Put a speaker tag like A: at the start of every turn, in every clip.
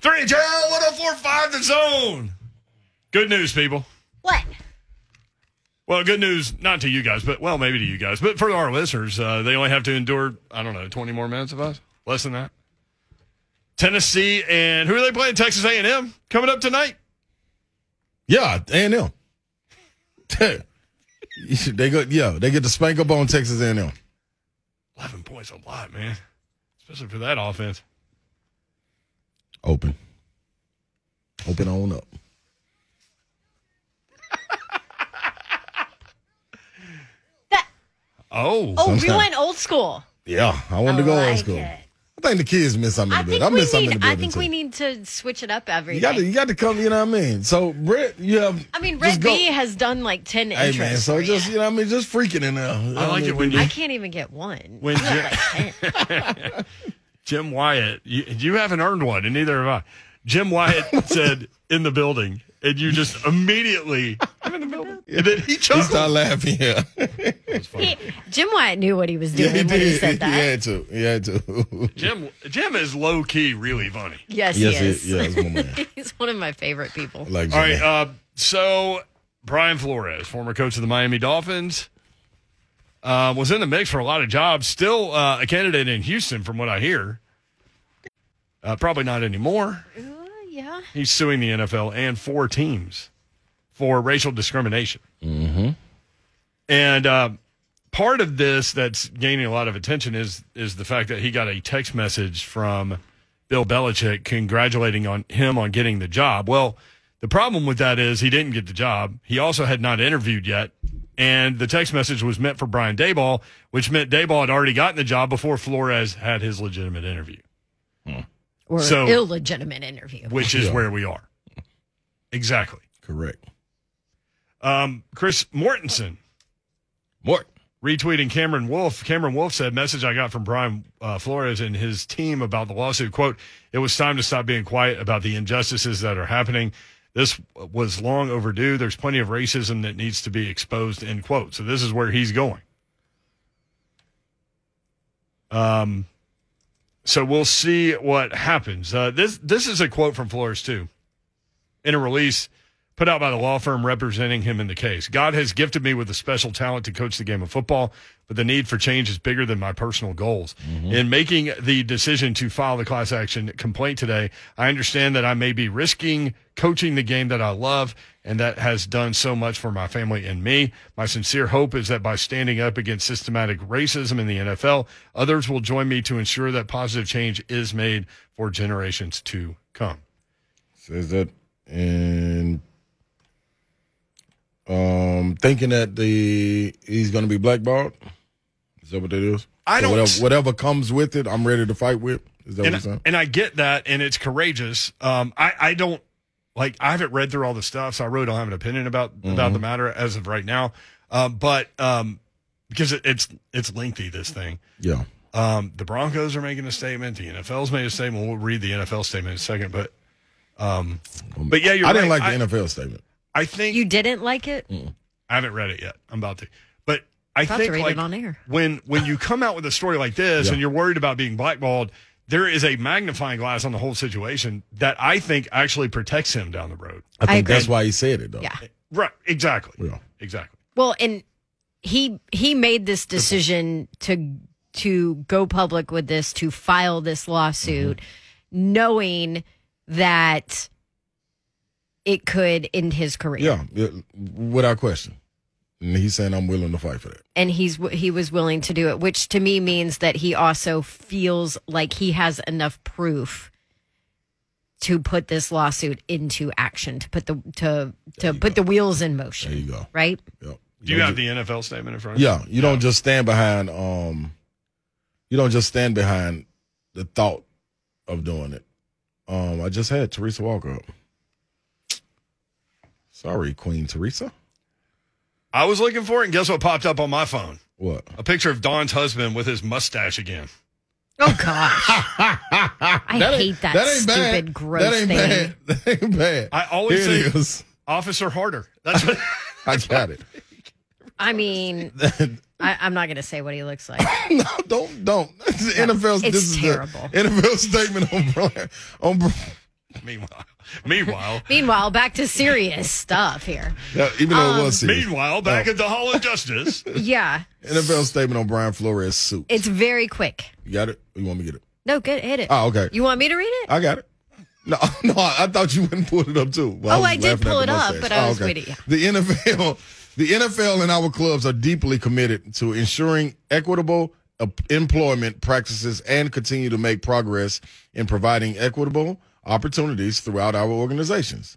A: 3HL 1045 oh, The Zone. Good news, people.
B: What?
A: Well, good news, not to you guys, but well, maybe to you guys, but for our listeners, uh, they only have to endure, I don't know, 20 more minutes of us, less than that. Tennessee and who are they playing? Texas A&M coming up tonight.
C: Yeah, A and M. They go, yeah, they get to spank up on Texas A and M.
A: 11 points a lot, man, especially for that offense.
C: Open, open on up.
A: Oh,
B: Oh,
C: Sometimes.
B: we went old school.
C: Yeah, I wanted to go
B: I
C: old
B: like
C: school.
B: it.
C: I think the kids miss something.
B: I
C: in the
B: think,
C: building. I
B: we
C: miss something. in
B: need,
C: the
B: I
C: building,
B: think
C: too.
B: we need to switch it up every
C: You got to,
B: day.
C: you got to come. You know what I mean? So Brett, you have.
B: I mean,
C: just
B: Red
C: go-
B: B has done like 10
C: Hey man,
B: intros.
C: so
B: for
C: just
B: you.
C: you know what I mean, just freaking in there. You know
A: I
C: what
A: like
C: mean?
A: it when you
B: I can't even get one.
A: when Jim, Jim Wyatt, you, you haven't earned one, and neither have I. Jim Wyatt said in the building, and you just immediately. I'm in the building. And then he
C: He
A: chuckled.
C: started laughing. Yeah,
B: He, Jim Wyatt knew what he was
C: yeah
B: doing
C: he
B: when he
C: did.
B: said that.
C: He had to. He had to.
A: Jim Jim is low key really funny.
B: Yes,
C: yes,
B: he
C: it-
B: is.
C: yeah, it's my man.
B: He's one of my favorite people.
C: Like,
A: All right, uh, so Brian Flores, former coach of the Miami Dolphins, uh, was in the mix for a lot of jobs. Still uh, a candidate in Houston, from what I hear. Uh, probably not anymore.
B: Uh, yeah.
A: He's suing the NFL and four teams for racial discrimination. Mm-hmm. And uh, part of this that's gaining a lot of attention is is the fact that he got a text message from Bill Belichick congratulating on him on getting the job. Well, the problem with that is he didn't get the job. He also had not interviewed yet. And the text message was meant for Brian Dayball, which meant Dayball had already gotten the job before Flores had his legitimate interview
B: Or
A: So-
B: illegitimate interview.
A: which is where we are. Exactly.
C: correct.
A: Um, Chris Mortensen
C: Mark.
A: retweeting Cameron Wolf. Cameron Wolf said, "Message I got from Brian uh, Flores and his team about the lawsuit. Quote: It was time to stop being quiet about the injustices that are happening. This was long overdue. There's plenty of racism that needs to be exposed." End quote. So this is where he's going. Um, so we'll see what happens. Uh, this this is a quote from Flores too, in a release put out by the law firm representing him in the case. God has gifted me with a special talent to coach the game of football, but the need for change is bigger than my personal goals. In making the decision to file the class action complaint today, I understand that I may be risking coaching the game that I love and that has done so much for my family and me. My sincere hope is that by standing up against systematic racism in the NFL, others will join me to ensure that positive change is made for generations to come.
C: says that and um thinking that the he's gonna be blackballed. Is that what that is?
A: I
C: Or
A: don't-
C: whatever, whatever comes with it, I'm ready to fight with. Is that what you're
A: and, I-
C: saying?
A: and I get that, and it's courageous. Um, I, I don't like I haven't read through all the stuff, so I really don't have an opinion about
C: Mm-hmm.
A: about the matter as of right now. Um, but um, because it, it's it's lengthy, this thing.
C: Yeah.
A: Um, the Broncos are making a statement. The NFL's made a statement. We'll read the NFL statement in a second, but
C: Um,
A: But yeah, you're
C: I didn't
A: right.
C: like the
A: I-
C: NFL statement.
A: I think
B: You didn't like it?
A: I haven't read it yet. I'm about to, but I
B: About to
A: think
B: read it
A: like
B: on air.
A: when when you come out with a story like this
C: Yeah.
A: and you're worried about being blackballed, there is a magnifying glass on the whole situation that I think actually protects him down the road.
C: I think
B: agree.
C: that's why he said it though.
B: Yeah.
A: Right? Exactly.
C: Yeah.
A: Exactly.
B: Well, and he he made this decision to to go public with this, to file this lawsuit,
C: Mm-hmm.
B: knowing that it could end his career.
C: Yeah. yeah, Without question. And he's saying I'm willing to fight for that.
B: and he's w- he was willing to do it, which to me means that he also feels like he has enough proof to put this lawsuit into action, to put the to to put the wheels in motion.
C: There you go.
B: Right?
C: Yeah.
A: Do you have the NFL statement in front? of you?
C: Yeah, you don't just stand behind um you don't just stand behind the thought of doing it. Um I just had Teresa Walker up. Sorry, Queen Teresa.
A: I was looking for it, and guess what popped up on my phone?
C: What?
A: A picture of Don's husband with his mustache again.
B: Oh gosh, I hate that, stupid gross
C: that ain't
B: thing.
C: Bad. That ain't bad.
A: I always
C: Here it
A: say-
C: is.
A: Officer Harder. That's what.
C: I got it.
B: I mean, I, I'm not gonna say what he looks like.
C: no, don't don't. It's the NFL's
B: it's
C: this
B: terrible.
C: Is the NFL statement on Brian on Bri-
A: Meanwhile, meanwhile,
B: Meanwhile, back to serious stuff here.
C: Yeah, Oh. even though it was serious.
A: meanwhile, back at the Hall of Justice.
B: Yeah,
C: NFL statement on Brian Flores' suit.
B: it's very quick.
C: you got it? You want me to get it?
B: No, good, hit it.
C: Oh, okay.
B: You want me to read it?
C: I got it. No, no, I, I thought you wouldn't pull it up too. Well,
B: Oh,
C: was
B: I did
C: laughing at
B: pull
C: the
B: it up,
C: mustache.
B: but I
C: Oh,
B: was with it, yeah.
C: The NFL, the NFL and our clubs are deeply committed to ensuring equitable uh, employment practices and continue to make progress in providing equitable opportunities throughout our organizations.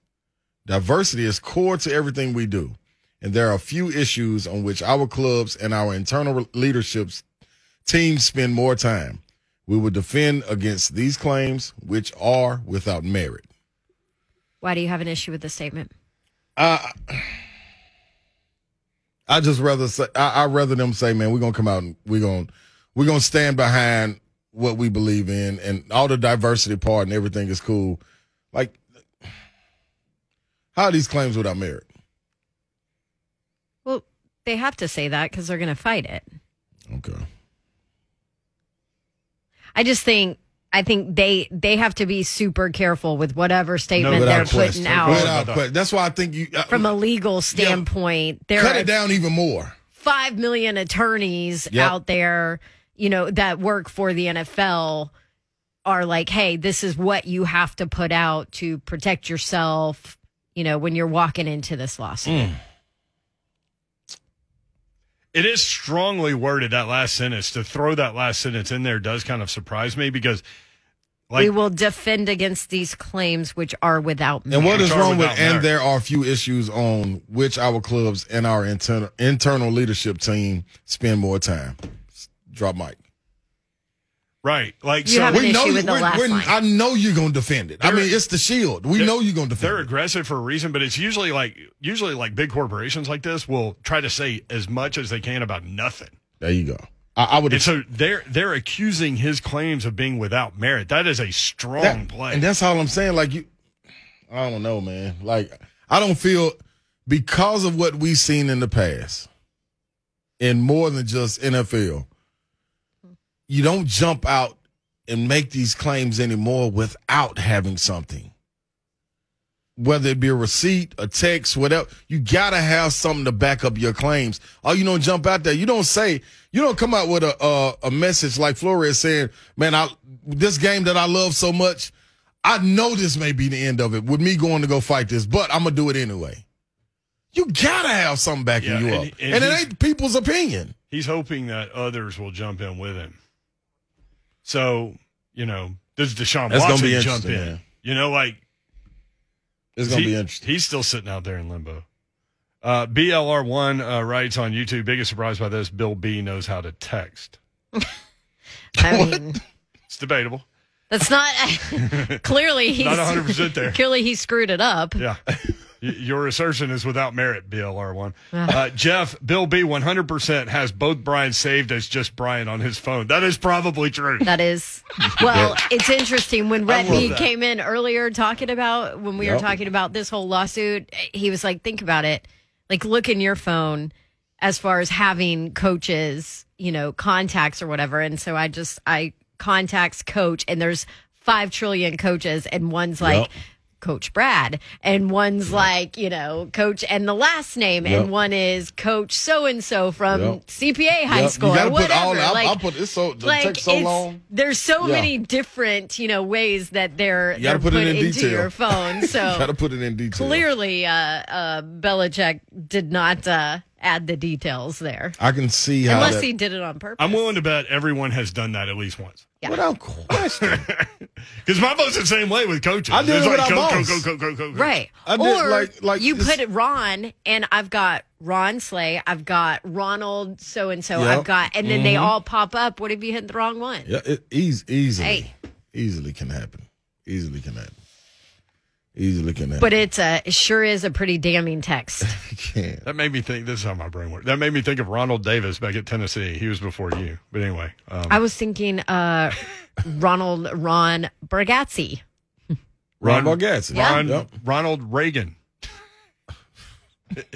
C: Diversity is core to everything we do, and there are few issues on which our clubs and our internal leaderships teams spend more time. We will defend against these claims, which are without merit.
B: Why do you have an issue with this statement?
C: I just rather say I, I rather them say, man, we're gonna come out and we're gonna we're gonna stand behind what we believe in and all the diversity part and everything is cool. Like how are these claims without merit?
B: Well, they have to say that because they're going to fight it.
C: Okay.
B: I just think I think they they have to be super careful with whatever statement
A: No,
B: they're
C: Without
A: without
B: putting
C: question.
B: out
C: Without question. That's why I think you uh,
B: from a legal standpoint. There
C: cut
B: are
C: it down even more.
B: five million attorneys
C: Yep.
B: out there, you know, that work for the NFL are like, hey, this is what you have to put out to protect yourself, you know, when you're walking into this lawsuit.
A: Mm. It is strongly worded that last sentence. To throw that last sentence in there does kind of surprise me because, like,
B: we will defend against these claims which are without merit.
C: And what is
A: Charge
C: wrong with
A: without merit.
C: and there are few issues on which our clubs and our internal internal leadership team spend more time. Drop mic.
A: right? Like,
B: You
A: so
B: have an issue with the
C: we're-
B: last
C: we're-
B: line.
C: I know you're gonna defend it. I
A: They're-
C: mean, it's the shield. We know you're gonna
A: they're
C: defend it.
A: aggressive for a reason, but it's usually like usually like big corporations like this will try to say as much as they can about nothing.
C: There you go. I, I would.
A: And so they're they're accusing his claims of being without merit. That is a strong
C: that-
A: play.
C: And that's all I'm saying. Like you, I don't know, man. Like I don't feel because of what we've seen in the past, and more than just NFL. You don't jump out and make these claims anymore without having something. Whether it be a receipt, a text, whatever, you gotta have something to back up your claims. Or you don't jump out there. You don't say, you don't come out with a a, a message like Flores saying, "Man, I this game that I love so much, I know this may be the end of it with me going to go fight this, but I'm gonna do it anyway." You gotta have something backing
A: Yeah,
C: you
A: and-
C: up,
A: and
C: and it
A: he's-
C: ain't people's opinion.
A: He's hoping that others will jump in with him. So you know, does Deshaun
C: That's gonna
A: Watson
C: be
A: jump in?
C: interesting, man.
A: You know, like
C: It's gonna
A: he-
C: be interesting.
A: He's still sitting out there in limbo. Uh, BLR1 uh, writes on YouTube, biggest surprise by this, Bill B knows how to text.
B: I mean,
A: It's debatable.
B: that's not clearly he's
A: Not 100% there.
B: Clearly he screwed it up.
A: Yeah. Y- Your assertion is without merit, BLR1. Uh, Jeff, Bill B 100% has both Brian saved as just Brian on his phone. That is probably true.
B: That is well, it's interesting when Red
A: love
B: Meat
A: that.
B: came in earlier talking about when we were
C: Yep.
B: talking about this whole lawsuit, he was like, Think about it. Like look in your phone as far as having coaches, you know, contacts or whatever. And so I just I contacts coach and there's five trillion coaches and one's like
C: Yep.
B: Coach Brad, and one's like, you know, Coach and the last name,
C: Yep.
B: and one is Coach so and so from
C: Yep.
B: CPA high
C: Yep, you
B: school
C: gotta
B: or
C: put
B: whatever.
C: all- I-
B: like,
C: I put- it's so- it takes so
B: it's-
C: long.
B: There's so
C: Yeah.
B: many different, you know, ways that they're,
C: gotta
B: they're
C: put it
B: put
C: in
B: into
C: detail.
B: your phone.
C: Gotta
B: So
C: put it in detail.
B: clearly, uh, uh, Belichick did not uh, add the details there,
C: I can see how.
B: unless
C: that,
B: he did it on purpose.
A: I'm willing to bet everyone has done that at least once.
C: without question.
A: Because my boss is the same way with coaches.
C: I did
A: It's
C: it with
A: like,
C: our
A: coach,
C: boss.
A: coach, coach, coach, coach, coach.
B: Right.
C: I did,
B: or
C: like- like
B: you
C: this-
B: put it Ron, and I've got Ron Slay, I've got Ronald so and so,
C: Yep.
B: I've got, and then they
C: Mm-hmm.
B: all pop up. What if you hit the wrong one?
C: yeah, it eas easily,
B: Hey.
C: easily can happen. Easily can happen. Easily can happen.
B: But it's a, it sure is a pretty damning text.
C: it can.
A: That made me think. This is how my brain works. That made me think of Ronald Davis back at Tennessee. He was before you, but anyway. Um,
B: I was thinking uh, Ronald Ron Bergazzi.
C: Ron
A: Ron-
C: Bargatze.
A: Ron,
C: Yep.
A: Ronald Reagan.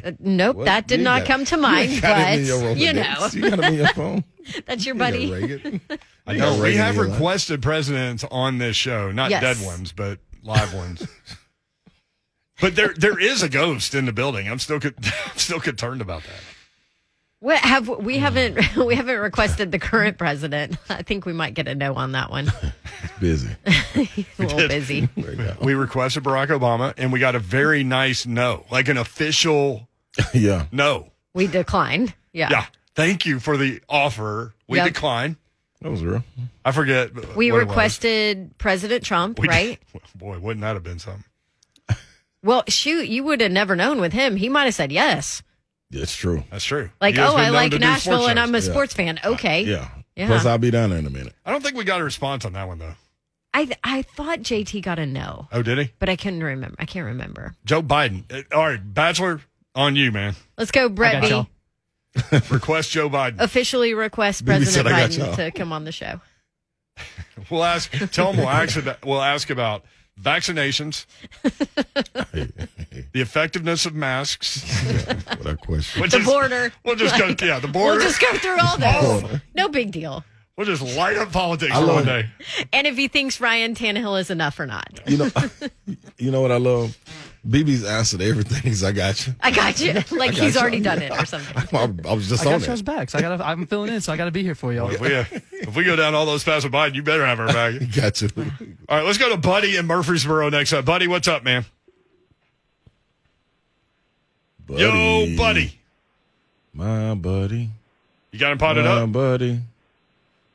B: Uh, nope,
C: What?
B: that did
C: You
B: not
C: got-
B: come to
C: you
B: mind,
C: got it in your
B: but you know,
C: Rolodex. you got it in your phone.
B: that's your
C: You got
B: buddy.
C: Reagan.
A: I
C: You got
A: know we
C: Reagan
A: have
C: in your life.
A: requested presidents on this show, not
B: Yes.
A: dead ones, but live ones. But there, there is a ghost in the building. I'm still, con- I'm still concerned about that.
B: What have we
A: Mm-hmm.
B: haven't we haven't requested the current president? I think we might get a no on that one.
C: Busy.
B: a little busy.
C: Right now.
A: We requested Barack Obama, and we got a very nice no, like an official
C: yeah.
A: no.
B: We declined. Yeah.
A: Yeah, thank you for the offer. We
B: Yep.
A: decline.
C: That was real.
A: I forget.
B: We
A: what it was.
B: requested President Trump,
A: We did-
B: right?
A: Boy, wouldn't that have been something?
B: Well, shoot, you would have never known with him. He might have said yes.
C: That's true.
A: That's true.
B: Like,
A: He has
B: oh,
A: been
B: I
A: known
B: like
A: to do
B: Nashville
A: sports
B: and I'm a
A: shows. Uh,
B: sports fan. Okay.
C: Yeah.
B: Yeah.
C: Plus, I'll be down there in a minute.
A: I don't think we got a response on that one though.
B: I th- I thought JT got a no,
A: Oh, did he?
B: but I couldn't remember. I can't remember.
A: Joe Biden. Uh, All right, Bachelor, on you, man.
B: Let's go, Brett
D: got
B: B.
D: y'all.
A: Request Joe Biden.
B: Officially request
C: Baby said
B: President
C: I got
B: Biden
C: y'all.
B: to come on the show.
A: We'll ask. Tell him we'll ask. About, we'll ask about vaccinations, the effectiveness of masks.
C: what a question.
A: We'll
B: The
A: just-
B: border.
A: We'll just go. Yeah, the border.
B: We'll just go through all those. No big deal.
A: We'll just light up politics
C: I
A: for
C: love
A: one
C: it.
A: day.
B: And if he thinks Ryan Tannehill is enough or not.
C: You know, you know what I love? BB's answer to everything is I got you.
B: I got you. Like
C: got
B: he's
C: you.
B: already done it or something.
C: I, I was just
D: I
C: on
D: got y'all's
C: it.
D: back. So I gotta, I'm filling in, so I got to be here for y'all.
A: If we, uh, if we go down all those paths with Biden, you better have our back.
C: Got you.
A: All right, let's go to Buddy in Murfreesboro next up. Buddy, what's up, man? Yo, Buddy.
C: My buddy.
A: You got him potted
C: my
A: up?
C: buddy.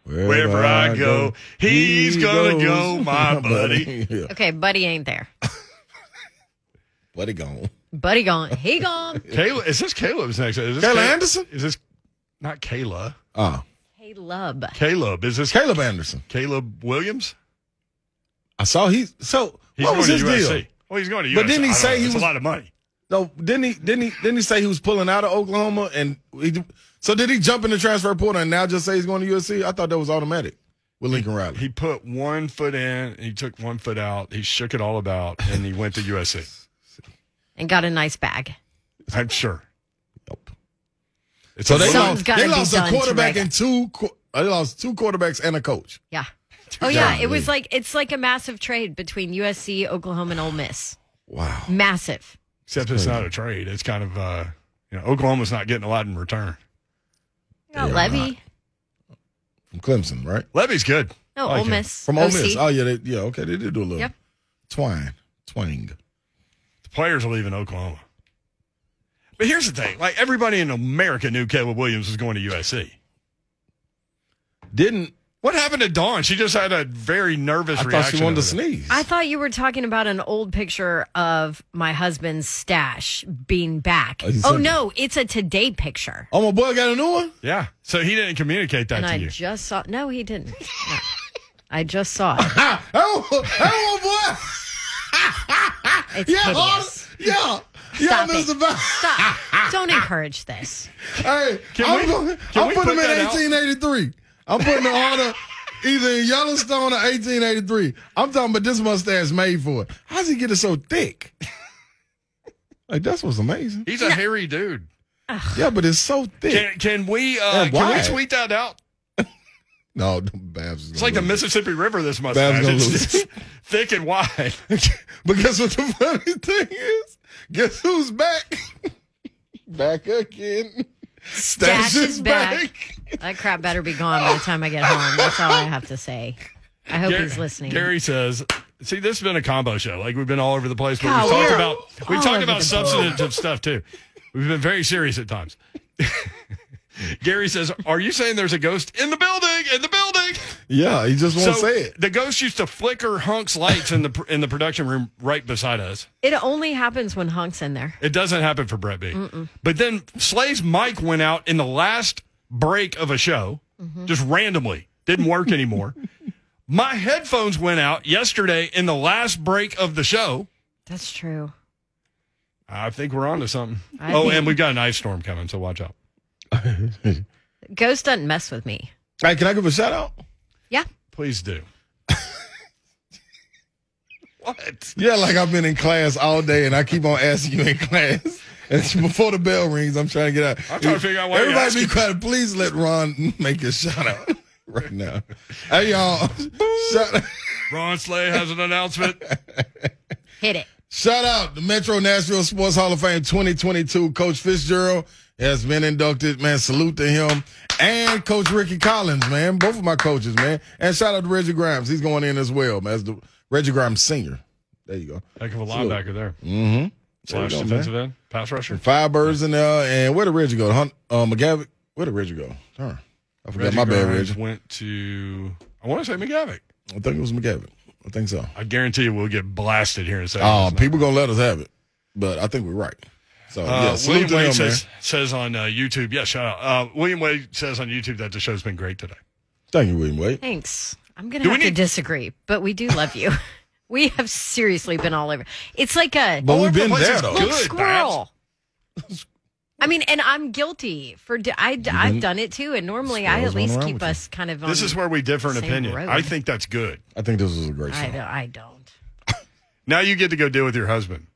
A: Wherever I go, he's gonna go, my buddy.
C: yeah.
B: Okay, buddy ain't there.
C: Buddy gone.
B: Buddy gone. He gone.
A: Kayla, is this Caleb's next? Is this
C: Kayla
A: Caleb-
C: Anderson?
A: Is this not Kayla?
C: Ah,
B: Hey, love.
A: Caleb. Is this
C: Caleb Anderson.
A: Caleb Williams?
C: I saw he. So
A: He's
C: what was
A: going
C: his
A: to USC.
C: deal?
A: Well, he's going to USC.
C: But didn't he
A: I don't
C: say
A: know.
C: he
A: It's
C: was-
A: a lot of money?
C: No, didn't he? Didn't he? Didn't he say he was pulling out of Oklahoma? And he, so did he jump in the transfer portal and now just say he's going to USC? I thought that was automatic with Lincoln Riley.
A: He put one foot in, he took one foot out, he shook it all about, and he went to USC.
B: And got a nice bag.
A: I'm sure.
C: Nope.
A: It's
C: So
A: a
C: they
A: little-
B: Something's
C: lost,
B: gotta
C: they
B: be
C: lost a
B: done to
C: quarterback
B: Reagan.
C: and two. qu- They lost two quarterbacks and a coach.
B: Yeah. Oh yeah, it was
C: Golly.
B: like it's like a massive trade between USC, Oklahoma, and Ole Miss.
C: Wow.
B: Massive.
A: Except it's not a trade. It's kind of uh, you know Oklahoma's not getting a lot in return.
B: No,
C: Yeah,
B: Levy.
C: right. From Clemson, right?
A: Levy's good.
B: No,
A: Like
B: Oh, Ole
A: him.
B: Miss.
C: From Ole
B: OC.
C: Miss. Oh yeah, they, yeah. Okay, they did do a little
B: Yep.
C: twine, twang.
A: The players are leaving Oklahoma. But here's the thing: like everybody in America knew Caleb Williams was going to USC.
C: Didn't
A: What happened to Dawn? She just had a very nervous
C: I thought
A: reaction.
C: she wanted to
A: over that.
C: sneeze?
B: I thought you were talking about an old picture of my husband's stash being back.
C: Oh, he
B: Oh
C: sent
B: no, it's a today picture.
C: oh my boy, got a new one.
A: Yeah. So he didn't communicate that
B: And
A: to
B: I
A: you.
B: just saw no, he didn't. No. I just saw it.
C: Ah, oh, oh
B: It's
C: my boy. Yeah,
B: hideous.
C: Harden. yeah, yeah,
B: Stop it.
C: Mr. Bow.
B: Stop. Don't encourage this.
C: Hey,
A: Can
C: I'm,
A: we-
C: gonna-
A: can
C: I'm
A: we
C: putting
A: put
C: him in
A: that out?
C: 1883. I'm putting the order either in Yellowstone or 1883. I'm talking about this mustache made for it. How's he get it so thick? Like that's what's amazing.
A: He's a hairy dude.
C: Yeah, but it's so thick.
A: Can, can we uh,
C: Yeah,
A: can we
C: why?
A: tweet that out?
C: no, Babs. Is
A: It's like the Mississippi River. This mustache.
C: Babs gonna
A: It's,
C: lose.
A: it's thick and wide.
C: but guess what the funny thing is? Guess who's back? back again.
B: Dash is back. That crap better be gone by the time I get home. That's all I have to say. I hope he's listening.
A: Gary says, "See, this has been a combo show. Like we've been all over the place, but
B: God,
A: we've
B: we're
A: talked about we've
B: all
A: talked
B: over
A: about
B: the
A: substantive stuff too. We've been very serious at times." Gary says, "Are you saying there's a ghost in the building? In the building?"
C: Yeah, he just won't say it.
A: the ghost used to flicker Hunk's lights in the pr- in the production room right beside us.
B: It only happens when Honk's in there.
A: It doesn't happen for Brett B. But then Slay's mic went out in the last break of a show, just randomly. Didn't work anymore. My headphones went out yesterday in the last break of the show.
B: That's true.
A: I think we're on to something.
B: I
A: oh,
B: think-
A: and we've got an ice storm coming, so watch out.
B: Ghost doesn't mess with me.
C: Hey, can I give a shout out?
B: Yeah.
A: Please do. what?
C: Yeah, like I've been in class all day and I keep on asking you in class. And it's before the bell rings, I'm trying to get out.
A: I'm trying to figure out why you're
C: Everybody be
A: asking.
C: quiet. Please let Ron make a shout out right now. Hey, y'all. shout out.
A: Ron Slay has an announcement.
B: Hit it.
C: Shout out the Metro Nashville Sports Hall of Fame 2022. Coach Fitzgerald has been inducted. Man, salute to him. And Coach Ricky Collins, man. Both of my coaches, man. And shout out to Reggie Grimes. He's going in as well, man. That's the Reggie Grimes Senior. There you go.
A: Heck of a linebacker there.
C: Mm-hmm.
A: Slash
C: you go,
A: defensive end, pass rusher.
C: Five birds in there. And where did Reggie go? Hunt, uh, McGavick? Where did Reggie go? Darn. I forgot
A: Reggie
C: my bad,
A: Grimes
C: Reggie.
A: went to, I want to say McGavick.
C: I think it was McGavick. I think so.
A: I guarantee you we'll get blasted here in a second.
C: Uh, people going to let us have it, but I think we're right. So,
A: Uh,
C: yeah, salute
A: William
C: to
A: Wade
C: him, man.
A: says, says on uh, YouTube, yeah, shout out. Uh, William Wade says on YouTube that the show's been great today.
C: Thank you, William Wade.
B: Thanks. I'm going
A: Do
B: to
A: we
B: have to
A: need-
B: disagree, but we do love you. we have seriously been all over. It's like a
C: But we've
A: Orville
C: been
A: was
C: there,
A: his
C: though.
A: good,
B: little
A: Babs.
B: squirrel. I mean, and I'm guilty for d- I, have done it too. And normally I
C: Squirrels
B: at least
C: run around
B: keep
C: with you.
B: us kind of on.
A: This is where we differ in
B: Same
A: opinion.
B: road.
A: I think that's good.
C: I think this was a great show.
B: I, don't- I don't.
A: Now you get to go deal with your husband.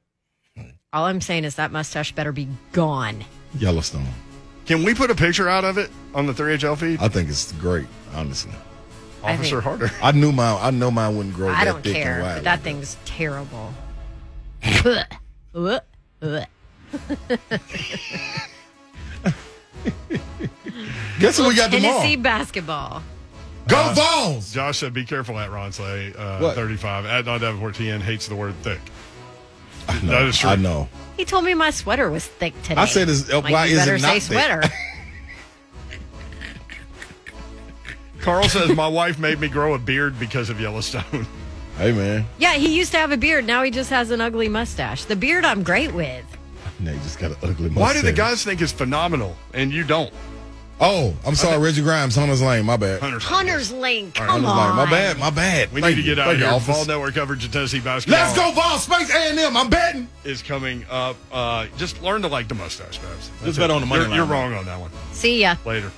B: All I'm saying is that mustache better be gone.
C: Yellowstone.
A: Can we put a picture out of it on the 3HL feed?
C: I think it's great, honestly.
B: I
A: Officer
B: think-
A: Harder.
C: I knew mine. I know mine wouldn't grow.
B: I
C: that
B: don't
C: thick
B: care.
C: And
B: but
C: wide
B: that
C: like
B: thing's terrible. Ugh. Ugh. Ugh.
C: Guess what we got
B: Tennessee
C: tomorrow?
B: basketball.
C: Go Vols!
A: Josh said, be careful at Ron Slay, uh,
C: What?
A: 35. At Don Davenport TN hates the word thick.
C: I know.
A: That is true.
C: I know.
B: He told me my sweater was thick today.
C: I said, is- uh,
B: Like,
C: why
B: you
C: is it
B: better
C: not
B: say
C: thick?
B: sweater?
A: Carl says, my wife made me grow a beard because of Yellowstone.
C: Hey man,
B: yeah, he used to have a beard. Now he just has an ugly mustache. The beard I'm great with.
C: Nate just got an ugly. Mustache.
A: Why do the guys think it's phenomenal and you don't?
C: Oh, I'm sorry, Reggie Grimes, Hunter's Lane. My bad.
A: Hunter's.
B: Hunter's Lane,
A: All right,
B: come
C: Hunter's
B: on.
C: Lane. My bad. My bad.
A: We
C: Thank
A: need to
C: you.
A: get out
C: Thank you,
A: of
C: office.
A: here. Fall Network coverage of Tennessee basketball.
C: Let's go Vols. Space A and M. I'm betting.
A: Is coming up. Uh, just learn to like the mustache, Babs. That's
C: bet
A: it.
C: on the money
A: You're, you're
C: line.
A: wrong on that one.
B: See ya.
A: Later.